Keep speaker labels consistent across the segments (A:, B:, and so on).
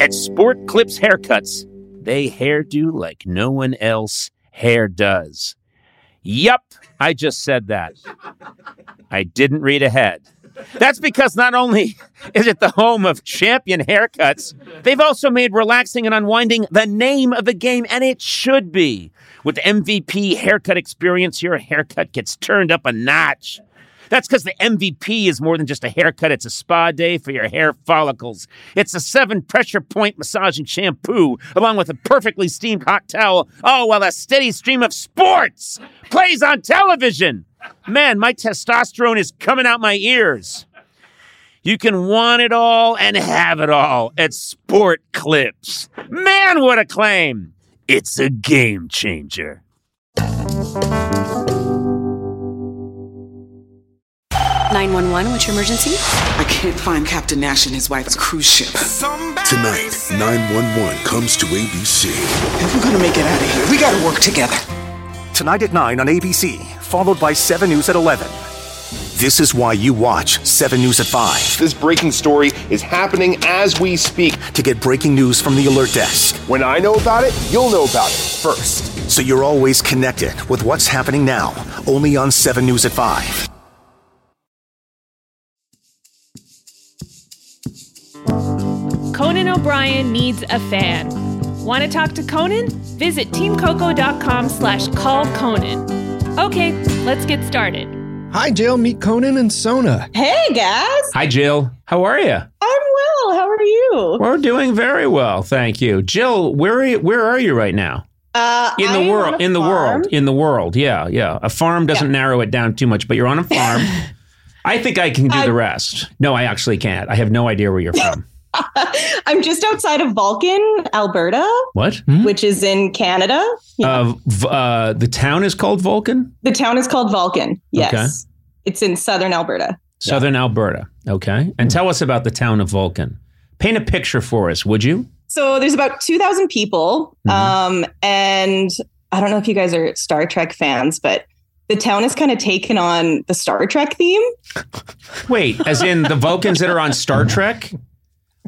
A: at Sport Clips Haircuts. They hairdo like no one else hair does. Yup, I just said that. I didn't read ahead. That's because not only is it the home of champion haircuts, they've also made relaxing and unwinding the name of the game, and it should be. With MVP haircut experience, your haircut gets turned up a notch. That's because the MVP is more than just a haircut, it's a spa day for your hair follicles. It's a seven pressure point massaging shampoo, along with a perfectly steamed hot towel. Oh, while a steady stream of sports plays on television. Man, my testosterone is coming out my ears. You can want it all and have it all at Sport Clips. Man, what a claim! It's a game changer.
B: Nine one one. What's your emergency?
C: I can't find Captain Nash and his wife's cruise ship.
D: Tonight, 911 comes to ABC.
C: If we're gonna make it out of here, we gotta work together.
E: Tonight at 9 on ABC, followed by 7 News at 11. This is why you watch 7 News at 5
F: This breaking story is happening as we speak.
E: to get breaking news from the alert desk
F: When I know about it, you'll know about it first.
E: so you're always connected with what's happening now, only on 7 News at 5.
G: Conan O'Brien needs a fan. Want to talk to Conan? Visit teamcoco.com slash call Conan. Okay, let's get started.
H: Hi, Jill. Meet Conan and Sona.
I: Hey guys,
A: Hi, Jill. How are you?
I: I'm well. How are you?
A: We're doing very well, thank you. Jill, where are you, where are you right now?
I: Uh,
A: In
I: I am
A: the
I: on
A: world,
I: a
A: in the
I: farm.
A: world, in the world. Yeah, yeah. A farm doesn't narrow it down too much, but you're on a farm. I think I can do the rest. No, I actually can't. I have no idea where you're from.
I: I'm just outside of Vulcan, Alberta,
A: what?
I: which is in Canada. Yeah.
A: Mm-hmm. Uh, v- uh, the town is called Vulcan,
I: the town is called Vulcan. Yes, it's in southern Alberta.
A: Southern Alberta. Okay, and tell us about the town of Vulcan. Paint a picture for us, would you?
I: So there's about 2,000 people,
A: Mm-hmm.
I: um, and I don't know if you guys are Star Trek fans, but the town has kind of taken on the Star Trek theme.
A: Wait, as in the Vulcans that are on Star Trek?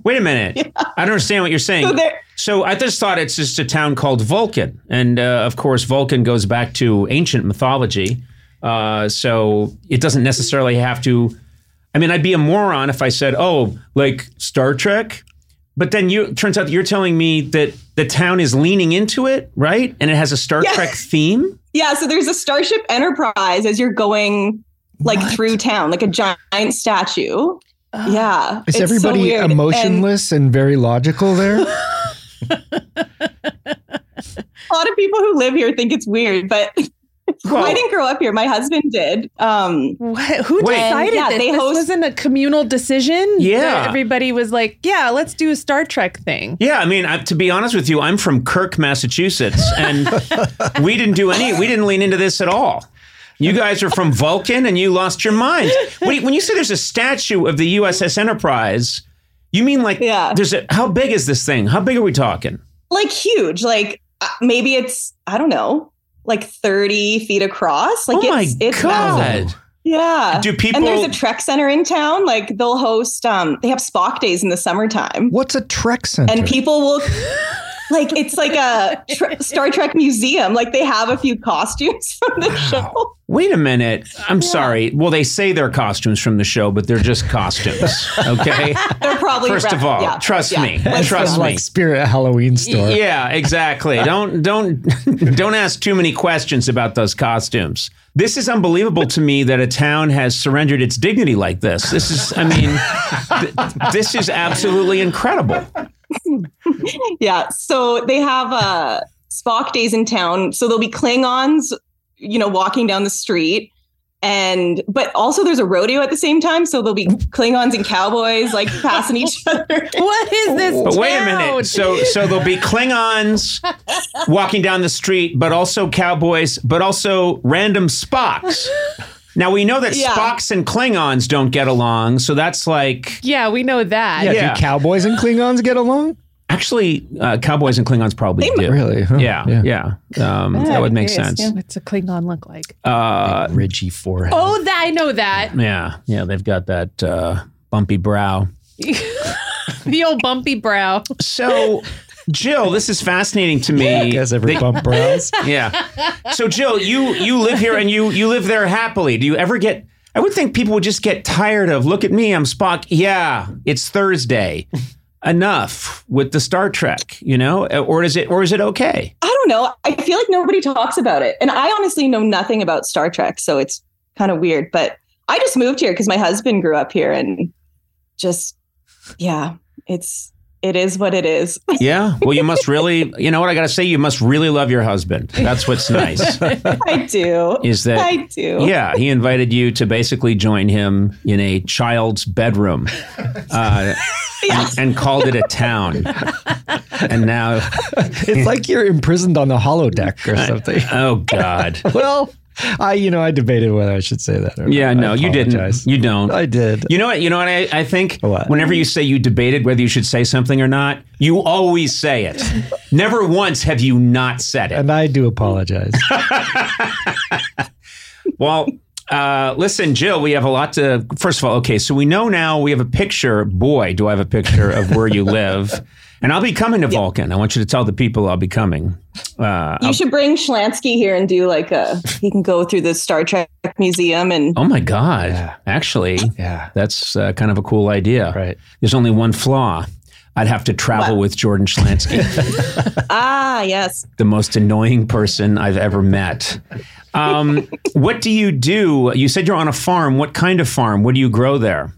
A: Wait a minute. I don't understand what you're saying.
I: So there-
A: So I just thought it's just a town called Vulcan, and uh, of course Vulcan goes back to ancient mythology. Uh, so it doesn't necessarily have to. I mean, I'd be a moron if I said, "Oh, like Star Trek," but then you it turns out that you're telling me that the town is leaning into it, right? And it has a Star
I: Yeah.
A: Trek theme.
I: Yeah, so there's a Starship Enterprise as you're going like through town, like a giant statue. yeah,
H: Is
I: it's so
H: everybody
I: weird. And-
H: emotionless and very logical there?
I: a lot of people who live here think it's weird, but I didn't grow up here. My husband did. Um,
J: What? Who
A: Wait.
J: decided
I: Yeah,
J: this?
I: they
J: this
I: host-
J: wasn't a communal decision.
A: Yeah.
J: That everybody was like, "Yeah, let's do a Star Trek thing."
A: Yeah, I mean, I, to be honest with you, I'm from Kirk, Massachusetts, and we didn't do any. We didn't lean into this at all. You guys are from Vulcan, and you lost your mind. When you, when you say there's a statue of the USS Enterprise, you mean like
I: Yeah.
A: there's a how big is this thing? How big are we talking?
I: like huge, like uh, maybe it's I don't know, like thirty feet across. Like
A: oh my
I: it's it's massive.
A: god!
I: yeah.
A: Do people?
I: and there's a Trek Center in town. Like they'll host, um, they have Spock days in the summertime,
H: What's a Trek Center?
I: and people will. Like it's like a tr- Star Trek museum. Like they have a few costumes from the show.
A: Wait a minute. I'm sorry. Well, they say they're costumes from the show, but they're just costumes. Okay.
I: They're probably
A: First of
I: wrapped-
A: all,
I: yeah,
A: trust
I: yeah.
A: me.
I: Let's
A: Trust
I: go.
A: me.
H: like Spirit Halloween store.
A: Yeah, exactly. don't don't don't ask too many questions about those costumes. This is unbelievable to me that a town has surrendered its dignity like this. This is, I mean, th- this is absolutely incredible.
I: Yeah. So they have uh, Spock days in town. So there'll be Klingons, you know, walking down the street. And but also there's a rodeo at the same time. So there'll be Klingons and cowboys like passing each other.
J: What is this?
A: But wait a
J: town?
A: minute. So so there'll be Klingons walking down the street, but also cowboys, but also random Spocks. Now we know that
I: Yeah.
A: Spocks and Klingons don't get along, so that's like
J: yeah, we know that.
H: Yeah,
A: Yeah.
H: Do cowboys and Klingons get along?
A: actually uh, cowboys and Klingons probably do.
H: Really? huh?
A: Yeah, yeah. Um, that would make sense.
J: What's a Klingon look like?
A: Uh,
H: Ridgy forehead.
J: oh, that I know that.
A: yeah, yeah. They've got that uh, bumpy brow.
J: the old bumpy brow.
A: So, Jill, this is fascinating to me.
H: As every
A: They-
H: bump brows.
A: yeah. So, Jill, you you live here and you you live there happily. Do you ever get? I would think people would just get tired of. Look at me, I'm Spock. Yeah, it's Thursday. Enough with the Star Trek, you know? Uh, Or is it or is it okay?
I: I don't know. I feel like nobody talks about it. And I honestly know nothing about Star Trek, so it's kind of weird. But I just moved here because my husband grew up here and just yeah, it's it is what it is.
A: Yeah. Well, you must really, you know what I got to say? You must really love your husband. That's what's nice.
I: I do.
A: Is that-
I: I do.
A: Yeah, he invited you to basically join him in a child's bedroom, uh, and, and called it a town. And now,
H: It's like you're imprisoned on a holodeck or something.
A: oh God,
H: well, I you know I debated whether I should say that. Or
A: yeah,
H: not.
A: no,
H: I
A: you didn't,
H: apologize.
A: you don't.
H: I did.
A: You know what? You know what? I, I think
H: What?
A: whenever you say you debated whether you should say something or not, you always say it. Never once have you not said it.
H: and I do apologize.
A: Well, uh, listen, Jill, we have a lot to. First of all, okay, so we know now we have a picture. Boy, do I have a picture of where you live. And I'll be coming to Vulcan. I want you to tell the people I'll be coming. Uh,
I: You should bring Schlansky here and do like a he can go through the Star Trek museum and
A: oh my God. Actually,
H: yeah.
A: that's uh, kind of a cool idea.
H: Right.
A: There's only one flaw. I'd have to travel
I: What?
A: with Jordan Schlansky,
I: ah yes.
A: the most annoying person I've ever met. Um, what do you do? You said you're on a farm. What kind of farm? What do you grow there?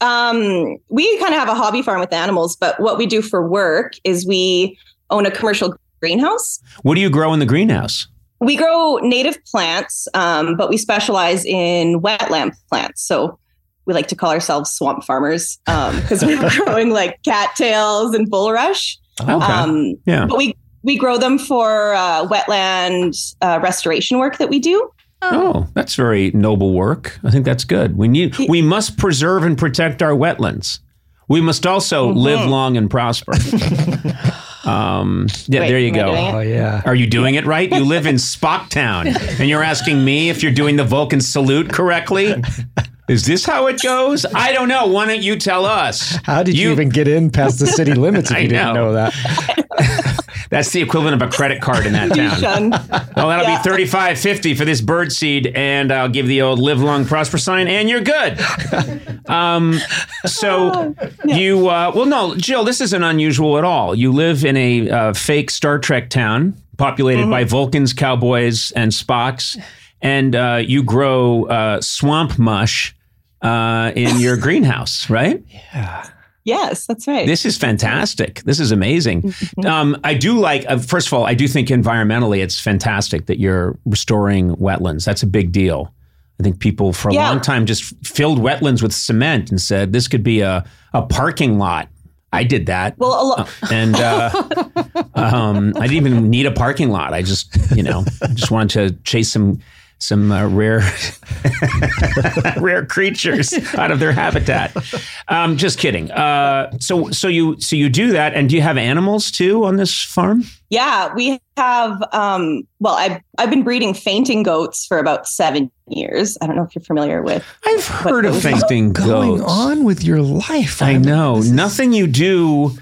I: Um we kind of have a hobby farm with animals, but what we do for work is we own a commercial greenhouse.
A: What do you grow in the greenhouse?
I: We grow native plants, um, but we specialize in wetland plants. So we like to call ourselves swamp farmers because we're growing like cattails and bulrush.
H: Oh.
A: Okay.
I: Um,
A: yeah.
I: But we we grow them for uh, wetland uh, restoration work that we do.
A: Oh, that's very noble work. I think that's good. We need we must preserve and protect our wetlands. We must also
I: Mm-hmm.
A: live long and prosper. um, yeah,
I: Wait,
A: there you
I: am I
A: go.
I: doing it?
H: Oh yeah.
A: Are you doing it right? You live in Spocktown, and you're asking me if you're doing the Vulcan salute correctly. Is this how it goes? I don't know. Why don't you tell us?
H: How did you, even get in past the city limits if
A: I
H: you didn't
A: know.
H: know that?
A: That's the equivalent of a credit card in that town.
I: Done.
A: Well, that'll
I: Yeah.
A: be thirty-five fifty for this bird seed, and I'll give the old "Live Long Prosper" sign, and you're good. um, so you, uh, well, no, Jill, this isn't unusual at all. You live in a uh, fake Star Trek town populated by Vulcans, cowboys, and Spocks, and uh, you grow uh, swamp mush uh, in your greenhouse, right?
I: yes, that's right. Mm-hmm.
A: This is fantastic. This is amazing. Um, I do like, uh, first of all, I do think environmentally it's fantastic that you're restoring wetlands. That's a big deal. I think people for a
I: Yeah.
A: long time just filled wetlands with cement and said this could be a, a parking lot. I did that.
I: well, a lo-
A: and uh, um, I didn't even need a parking lot. I just, you know, I just wanted to chase some some uh, rare rare creatures out of their habitat. Um, just kidding. Uh, so so you so you do that, and do you have animals too on this farm?
I: yeah, we have. Um, well, I've I've been breeding fainting goats for about seven years. I don't know if you're familiar with.
A: I've heard of
I: goes
A: fainting
H: Going
A: goats.
H: on with your life.
A: I
H: I'm-
A: know
H: this is-
A: nothing you do.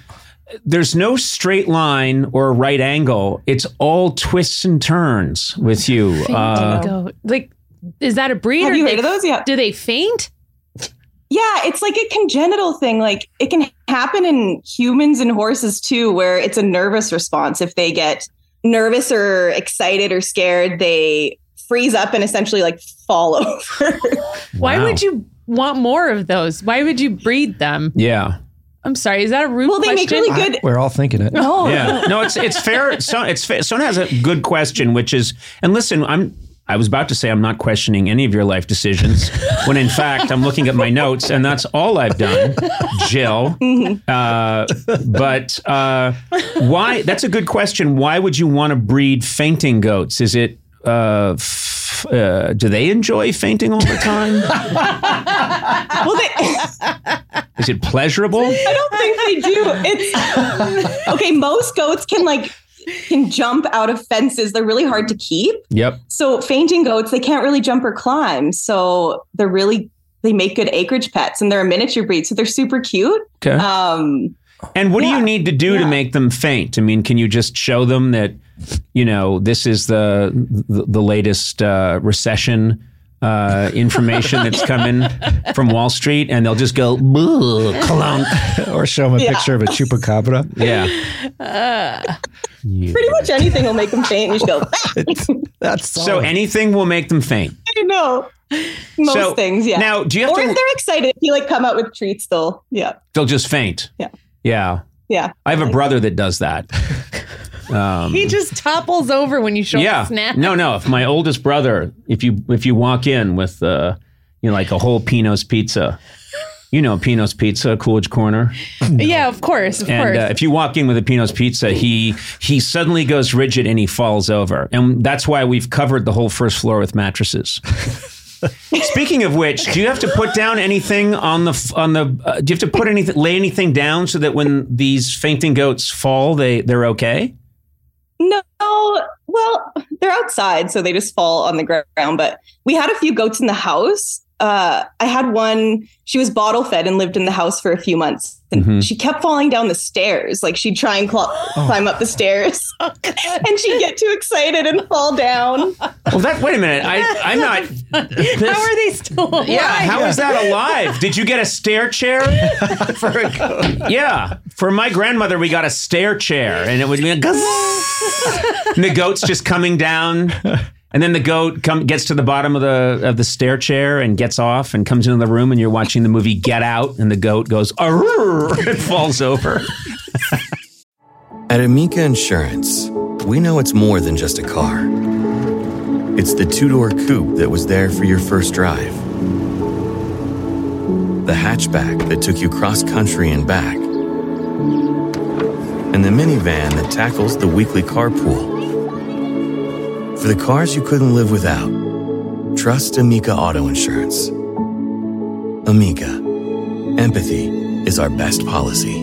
A: There's no straight line or right angle. It's all twists and turns with you. Uh,
J: Go- Like, is that a breed?
I: Have
J: or
I: you
J: they-
I: heard of those? Yeah.
J: Do they faint?
I: Yeah, it's like a congenital thing. Like it can happen in humans and horses too, where it's a nervous response. If they get nervous or excited or scared, they freeze up and essentially like fall over.
J: Why
A: Wow.
J: would you want more of those? Why would you breed them?
A: Yeah.
J: I'm sorry. Is that a rude
I: well, they
J: question? Oh,
I: make really good.
H: We're all thinking it.
I: No,
A: Yeah. No, it's it's fair. So it's fair. Sona has a good question, which is, and listen, I'm. I was about to say I'm not questioning any of your life decisions, when in fact I'm looking at my notes, and that's all I've done, Jill.
I: mm-hmm.
A: Uh, but uh, why? That's a good question. Why would you want to breed fainting goats? Is it? Uh, f- uh, do they enjoy fainting all the time?
I: well, they, I
A: Is it pleasurable?
I: don't think they do. It's okay. Most goats can like can jump out of fences. They're really hard to keep.
A: Yep.
I: So fainting goats, they can't really jump or climb. So they're really they make good acreage pets and they're a miniature breed, so they're super cute.
A: Okay.
I: Um,
A: And what do
I: Yeah.
A: you need to do to make them faint? I mean, can you just show them that you know this is the the, the latest uh, recession uh, information that's coming from Wall Street, and they'll just go "Boo, clunk.
H: or show him a
I: Yeah.
H: picture of a chupacabra.
A: Yeah,
J: Uh,
I: pretty much anything will make them faint. And you go, "Ah!"
H: That's
A: so anything will make them faint.
I: I know. Most
A: So,
I: things, yeah.
A: Now, do you have
I: or
A: to?
I: if they're excited, if you like come out with treats, they'll yeah,
A: They'll just faint.
I: Yeah.
A: Yeah.
I: yeah.
A: I have a brother that does that. Um,
J: he just topples over when you show him
A: yeah.
J: a snack.
A: No, no. If my oldest brother, if you if you walk in with uh, you know, like a whole Pino's pizza, you know Pino's pizza, Coolidge Corner,
J: Yeah, of course, of
A: and
J: course.
A: uh, if you walk in with a Pino's pizza, he he suddenly goes rigid and he falls over, and that's why we've covered the whole first floor with mattresses. Speaking of which, do you have to put down anything on the f- on the? Uh, do you have to put anything, lay anything down, so that when these fainting goats fall, they they're okay?
I: No, well, they're outside, so they just fall on the ground. But we had a few goats in the house. Uh, I had one, she was bottle fed and lived in the house for a few months. And
A: Mhm.
I: she kept falling down the stairs. Like she'd try and cl- climb up the stairs and she'd get too excited and fall down.
A: Well, that wait a minute. I I'm not. this-
J: How are they still alive?
A: Yeah, how is that alive? Did you get a stair chair? for yeah, for my grandmother, we got a stair chair, and it would be a guzz. and the goat's just coming down, and then the goat come, gets to the bottom of the of the stair chair and gets off and comes into the room, and you're watching the movie Get Out, and the goat goes "Arrrr," and falls over.
K: At Amica Insurance, we know it's more than just a car. It's the two door coupe that was there for your first drive, the hatchback that took you cross country and back, and the minivan that tackles the weekly carpool. For the cars you couldn't live without, trust Amica Auto Insurance. Amica, empathy is our best policy.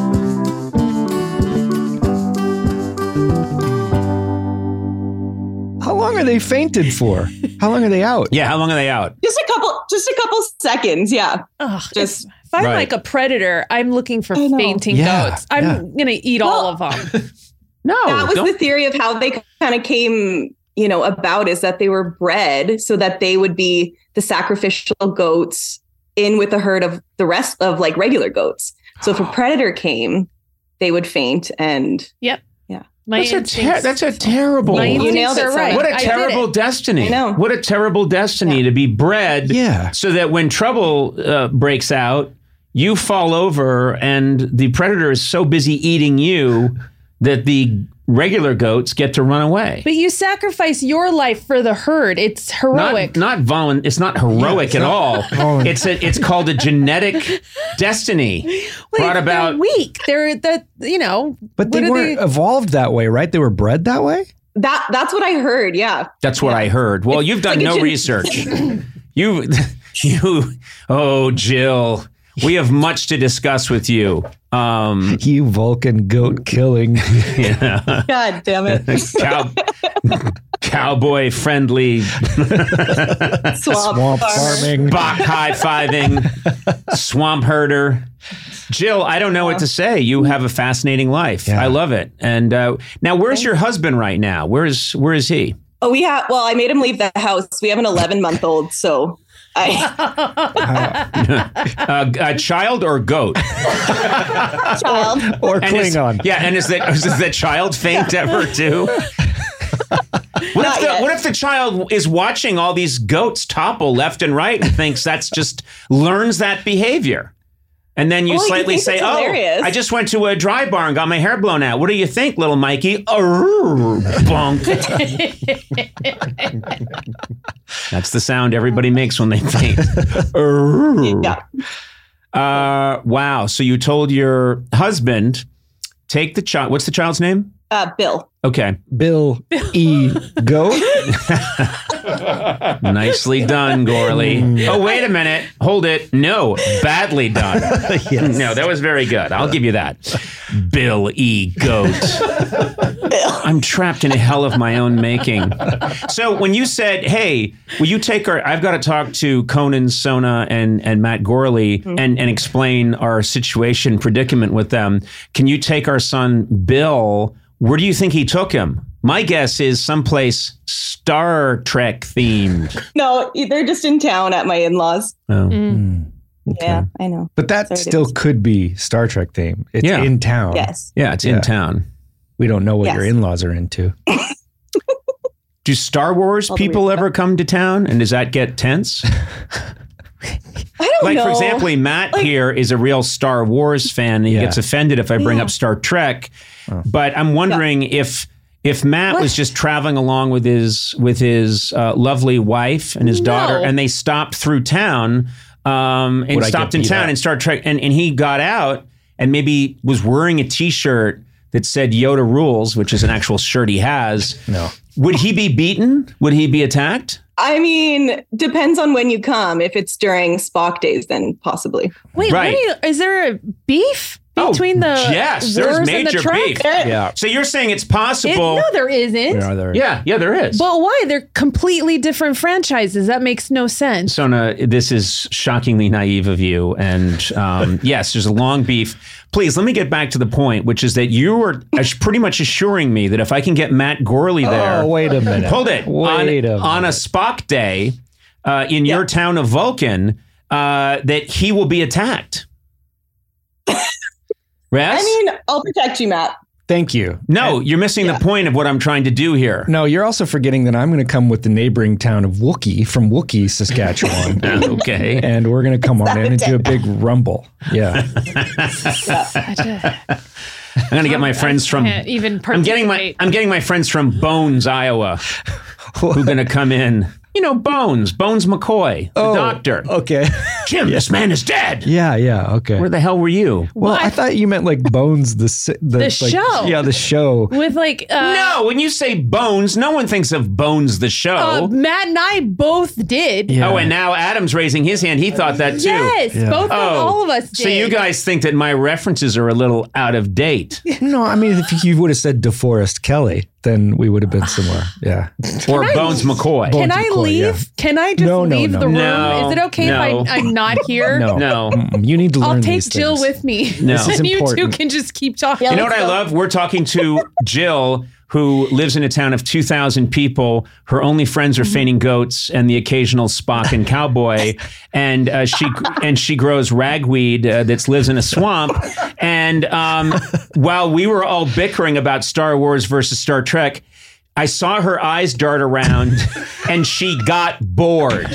H: How long are they fainted for? How long are they out?
A: Yeah, how long are they out?
I: Just a couple, just a couple seconds. Yeah.
J: Ugh,
I: just
J: If I'm
A: Right.
J: like a predator, I'm looking for fainting
A: Yeah,
J: goats. I'm
A: yeah.
J: gonna eat all of them.
A: no,
I: that was the theory of how they kind of came you know about is that they were bred so that they would be the sacrificial goats in with a herd of the rest of like regular goats so if a predator came they would faint and
J: Yep.
I: yeah
A: that's a, ter- that's a terrible.
I: My You nailed instincts it, are right.
A: What a
I: I did
A: terrible
I: it.
A: destiny.
I: I know.
A: What a terrible destiny to be bred. Yeah. So that when trouble uh, breaks out, you fall over, and the predator is so busy eating you that the regular goats get to run away.
J: But you sacrifice your life for the herd. It's heroic.
A: Not, not volun- It's not heroic
J: Yeah, it's
A: at
J: not-
A: all.
J: Oh.
A: It's a, it's called a genetic destiny brought about.
J: they're weak. They're that you know.
H: But they
J: what are
H: weren't
J: they-
H: evolved that way, right? They were bred that way.
I: That that's what I heard. Yeah.
A: That's what I heard. Well, you've done
I: like a
A: no
I: gen-
A: research. you you oh Jill, we have much to discuss with you. Um,
H: You Vulcan goat killing.
A: yeah.
I: God damn it.
A: Cow, cowboy friendly
I: Swamp Swamp farmer. farming.
A: Bach high fiving, swamp herder. Jill, I don't know what to say. You have a fascinating life. I love it. And uh, now, where's your husband right now? Where is where is he?
I: Oh, we have. Well, I made him leave the house. We have an 11 month old, so I
A: Uh, a child or goat?
I: child.
A: Or Klingon. Yeah, and is that is that child faint ever too? What if, the, what if the child is watching all these goats topple left and right and thinks that's just learns that behavior? And then you
L: Oh, you
A: slightly
L: think
A: say,
L: it's
A: Oh,
L: hilarious."
A: I just went to a dry bar and got my hair blown out. What do you think, little Mikey? Arr, bonk. That's the sound everybody makes when they faint. Arr. Uh, wow. So you told your husband, take the child. What's the child's name?
I: Uh, Bill.
A: Okay.
H: Bill E. Goat.
A: Nicely done, Gorley. Oh, wait a minute. Hold it. No, badly done. No, that was very good. I'll give you that. Bill E. Goat. I'm trapped in a hell of my own making. So when you said, hey, will you take our, I've got to talk to Conan, Sona, and, and Matt Gorley and, and explain our situation predicament with them. Can you take our son, Bill? Where do you think he took him? My guess is someplace Star Trek themed. Oh.
I: No, they're just in town at my in laws.
J: Mm.
I: Yeah, I know.
H: Hmm, But that
I: Sorry to
H: still could be Star Trek theme. It's
A: Yeah.
H: in town.
I: Yes.
A: Yeah, it's in town.
H: We don't know what
I: Yes.
H: your in-laws are into.
A: Do Star Wars
I: All the way
A: people ever come to town and does that get tense?
I: I don't
A: like
I: know.
A: for example, Matt here is a real Star Wars fan. And he gets offended if I bring
I: Yeah.
A: up Star Trek,
L: Oh.
A: but I'm wondering if if Matt was just traveling along with his with his uh, lovely wife and his daughter,
L: No.
A: and they stopped through town um, and
L: Would I
A: stopped
L: get
A: in
L: beat
A: town
L: up?
A: and Star Trek, and and he got out and maybe was wearing a T-shirt that said Yoda rules, which is an actual shirt he has. No, would he be beaten? Would he be attacked?
I: I mean, depends on when you come. If it's during Spock days, then possibly.
J: Wait,
A: Right.
J: what are you, is there a beef between the
A: Oh, yes, there's
J: wars and
A: major
J: the truck?
A: beef. So you're saying it's possible?
J: It- no, there isn't.
A: Yeah, there is. Yeah, yeah, there is.
J: But why? They're completely different franchises. That makes no sense.
A: Sona, this is shockingly naive of you. And um, yes, there's a long beef. Please let me get back to the point, which is that you were ass- pretty much assuring me that if I can get Matt Gorley there,
H: Oh, wait a minute.
A: hold it, on,
H: Wait a
A: on a Spock day uh, in your town of Vulcan, uh, that he will be attacked. Yes?
I: I mean, I'll protect you, Matt.
H: Thank you.
A: no, you're missing the point of what I'm trying to do here.
H: No, you're also forgetting that I'm going to come with the neighboring town of Wookie from Wookie, Saskatchewan.
A: okay.
H: And we're going to come on in and do a big rumble. Yeah.
A: I'm gonna get my friends from.
J: can't even
A: I'm getting my.
J: participate.
A: I'm getting my friends from Bones, Iowa, who are gonna come in. You know, Bones, Bones McCoy, the doctor.
H: Oh, Okay.
A: Jim, this man is dead.
H: Yeah, yeah, okay. Where
A: the hell were you?
H: Well, I thought you meant like Bones, the si- the,
J: The
H: like,
J: show.
H: Yeah, the show.
A: Oh,
J: With like uh,
A: no, when you say Bones, no one thinks of Bones the
J: uh,
A: show.
J: Matt and I both did.
A: Oh, and now Adam's raising his hand. He thought that too. Oh,
J: Yes, Yeah. both of- all of us
A: So
J: did.
A: you guys think that my references are a little out of date,
H: No, I mean, if you would have said DeForest Kelly, then we would have been somewhere. Yeah.
A: or
J: I-
A: Bones McCoy?
J: Can
H: Bones
J: I
H: McCoy,
J: leave?
H: yeah.
J: Can I just
H: No, no,
J: leave
H: no.
J: the room?
A: No,
J: Is it okay
A: no.
J: if I, I'm not here?
H: No.
A: No.
H: Mm-mm, You need to learn
J: I'll take
H: these
J: Jill
H: things.
J: with me.
A: No. This is
J: and you two
A: important.
J: can just keep talking.
A: you know what I love? We're talking to Jill, who lives in a town of 2,000 people. Her only friends are fainting goats and the occasional Spock and cowboy. And uh, she and she grows ragweed uh, that lives in a swamp. And um, while we were all bickering about Star Wars versus Star Trek, I saw her eyes dart around, and she got bored.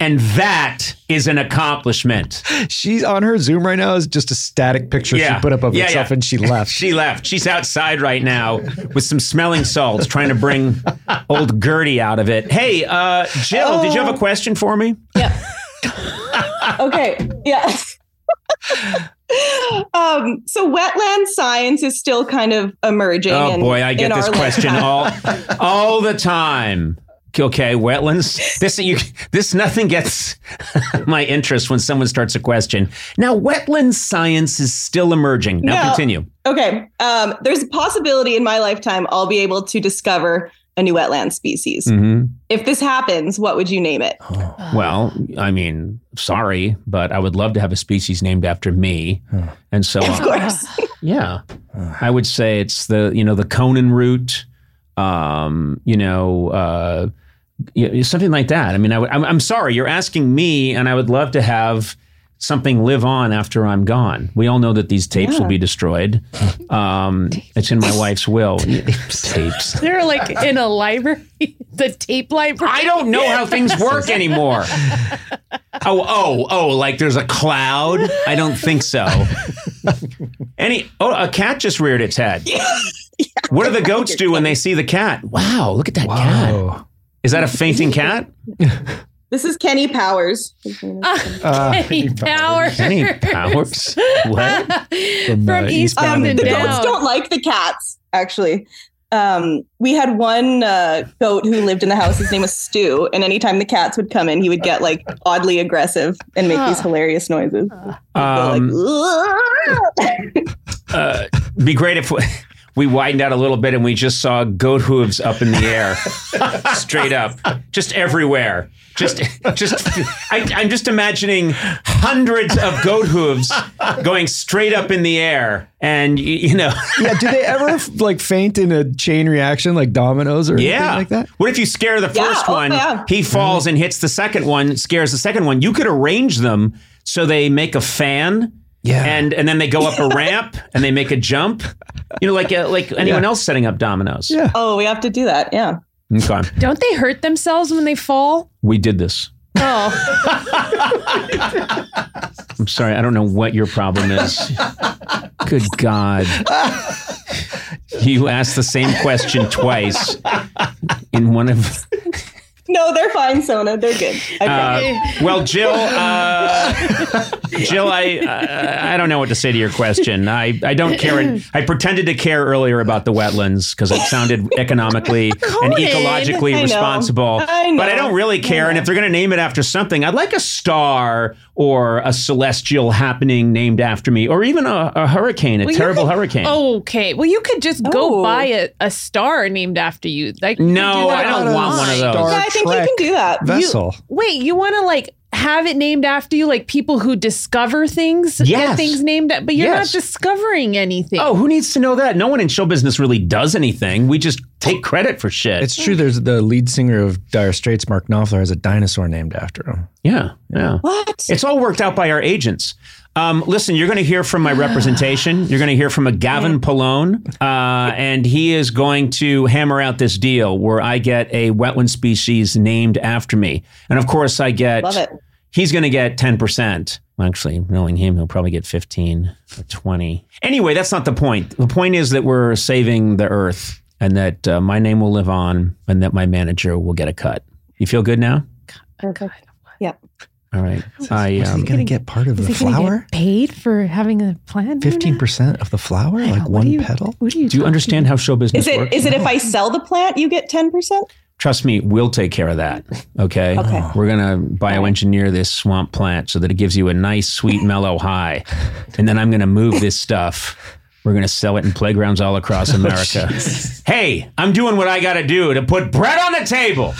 A: And that is an accomplishment.
H: She's on her Zoom right now is just a static picture she put up of
A: Yeah,
H: herself
A: yeah.
H: and she left.
A: she left. She's outside right now with some smelling salts trying to bring old Gertie out of it. Hey, uh, Jill, did you
I: Oh.
A: have a question for me?
I: okay. Yeah. um, so wetland science is still kind of emerging.
A: Oh
I: in-
A: boy, I
I: in
A: get this
I: our
A: question all all the time. Okay, wetlands. This you this nothing gets my interest when someone starts a question. Now, wetland science is still emerging. Now
I: No.
A: continue.
I: Okay. Um, there's a possibility in my lifetime I'll be able to discover a new wetland species.
A: Mhm.
I: If this happens, what would you name it?
A: Well, I mean, sorry, but I would love to have a species named after me. And so
I: Of course.
A: Yeah. I would say it's the, you know, the Conan route, um, you know, uh, y- something like that. I mean, I would, I'm, I'm sorry, you're asking me, and I would love to have something live on after I'm gone. We all know that these tapes will be destroyed. Um, it's in my wife's will. tapes.
J: They're like in a library, the tape library.
A: I don't know how things work anymore. Oh, oh, oh, like there's a cloud? I don't think so. Any oh, a cat just reared its head. What do the goats do when they see the cat? Wow, look at that cat. Is that a fainting cat?
I: This is Kenny Powers.
H: Uh,
J: Kenny Powers.
A: Any powers? What?
J: From uh, Eastbound and
I: the
J: Down.
I: goats don't like the cats, actually. Um, we had one uh, goat who lived in the house. His name was Stu. And anytime the cats would come in, he would get like oddly aggressive and make these hilarious noises.
A: Um, uh, be great if we, we widened out a little bit and we just saw goat hooves up in the air, straight up, just everywhere. Just, just, I, I'm just imagining hundreds of goat hooves going straight up in the air, and you, you know,
H: yeah, do they ever like faint in a chain reaction like dominoes or
A: yeah.
H: anything like that?
A: What if you scare the
H: Yeah,
A: first
H: oh,
A: one?
H: yeah.
A: He falls and hits the second one, scares the second one. You could arrange them so they make a fan. Yeah. And and then they go up a ramp and they make a jump. You know, like uh, like anyone else setting up dominoes. Yeah.
I: Oh, we have to do that. Yeah.
A: Okay.
J: Don't they hurt themselves when they fall?
A: We did this.
J: Oh.
A: I'm sorry. I don't know what your problem is. Good God. You asked the same question twice in one of
I: No, they're fine, Sona. They're good. I
A: Uh,
I: promise.
A: well, Jill, uh, Jill, I, uh, I I don't know what to say to your question. I, I don't care. I pretended to care earlier about the wetlands because it sounded economically and
L: Conan,
A: ecologically
L: I know.
A: responsible.
L: I know.
A: But I don't really care. And if they're going to name it after something, I'd like a star or a celestial happening named after me, or even a, a hurricane, a
J: Well, you
A: terrible
J: could-
A: hurricane.
L: Oh.
J: Okay. Well, you could just go
A: Oh.
J: buy a, a star named after you. Like you
A: No,
J: do that
A: I don't want one of
J: online.
A: those. Yeah, I think you can do that.
J: You-
A: Vessel.
J: wait, you want to like have it named after you, like people who discover things, get
A: Yes.
J: things named, a- but you're
A: Yes.
J: not discovering anything.
A: Oh, who needs to know that? No one in show business really does anything. We just take credit for shit.
H: It's true. There's the lead singer of Dire Straits, Mark Knopfler, has a dinosaur named after him.
A: Yeah, yeah. What? It's all worked out by our agents. Um, listen, you're going to hear from my representation. You're going to hear from a Gavin Pallone, uh, and he is going to hammer out this deal where I get a wetland species named after me, and of course I get.
L: Love it.
A: He's going to get ten percent. Actually, knowing him, he'll probably get fifteen or twenty. Anyway, that's not the point. The point is that we're saving the earth, and that uh, my name will live on, and that my manager will get a cut. You feel good now?
I: Perfect. Yeah.
A: All right. I
H: Was he
A: um,
H: going to get part of the flower?
J: paid for having a plan?
H: Fifteen percent of the flower, like one petal.
J: What
A: do you understand how show business
I: Is it
A: works?
I: is it if I sell the plant, you get 10%?
A: Trust me, we'll take care of that. Okay.
I: Okay.
A: We're gonna bioengineer this swamp plant so that it gives you a nice, sweet, mellow high, and then I'm gonna move this stuff. We're gonna sell it in playgrounds all across America. hey, I'm doing what I gotta do to put bread on the table.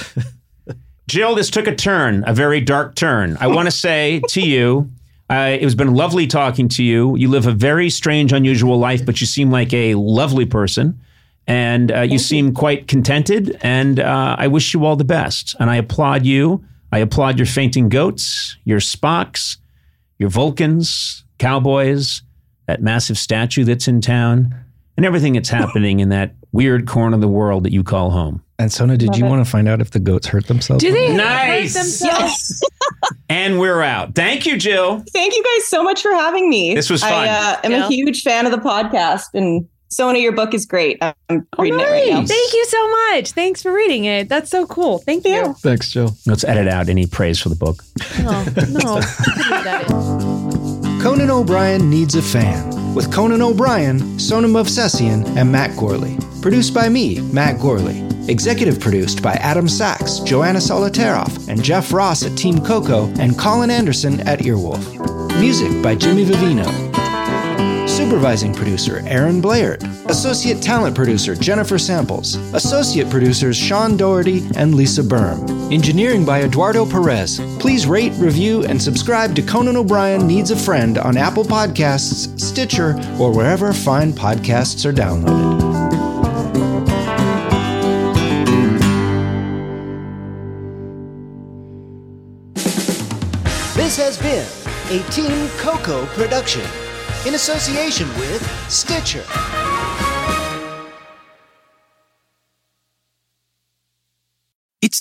A: Jill, this took a turn, a very dark turn. I want to say to you, uh, it's been lovely talking to you. You live a very strange, unusual life, but you seem like a lovely person. And uh, you seem quite contented. And uh, I wish you all the best. And I applaud you. I applaud your fainting goats, your Spocks, your Vulcans, cowboys, that massive statue that's in town, and everything that's happening in that weird corner of the world that you call home.
H: And Sona, did
A: Love
H: you
A: it.
H: want to find out if the goats hurt themselves?
A: Do they hurt Nice. themselves? And we're out. Thank you, Jill.
I: Thank you guys so much for having me.
A: This was fun.
I: I uh, am
A: Yeah.
I: a huge fan of the podcast, and Sona, your book is great. I'm reading it right now.
J: Thank you so much. Thanks for reading it. That's so cool. Thank you.
A: Thanks, Jill. Let's edit out any praise for the book.
J: Oh, no.
H: Conan O'Brien Needs a Fan with Conan O'Brien, Sonam Movsesian, and Matt Gorley. Produced by me, Matt Gorley. Executive produced by Adam Sachs, Joanna Solitaroff, and Jeff Ross at Team Coco, and Colin Anderson at Earwolf. Music by Jimmy Vivino. Supervising producer Aaron Blair, associate talent producer Jennifer Samples, associate producers Sean Doherty and Lisa Berm, engineering by Eduardo Perez. Please rate, review, and subscribe to Conan O'Brien Needs a Friend on Apple Podcasts, Stitcher, or wherever fine podcasts are downloaded. This has been a Team Coco production in association with Stitcher.
M: It's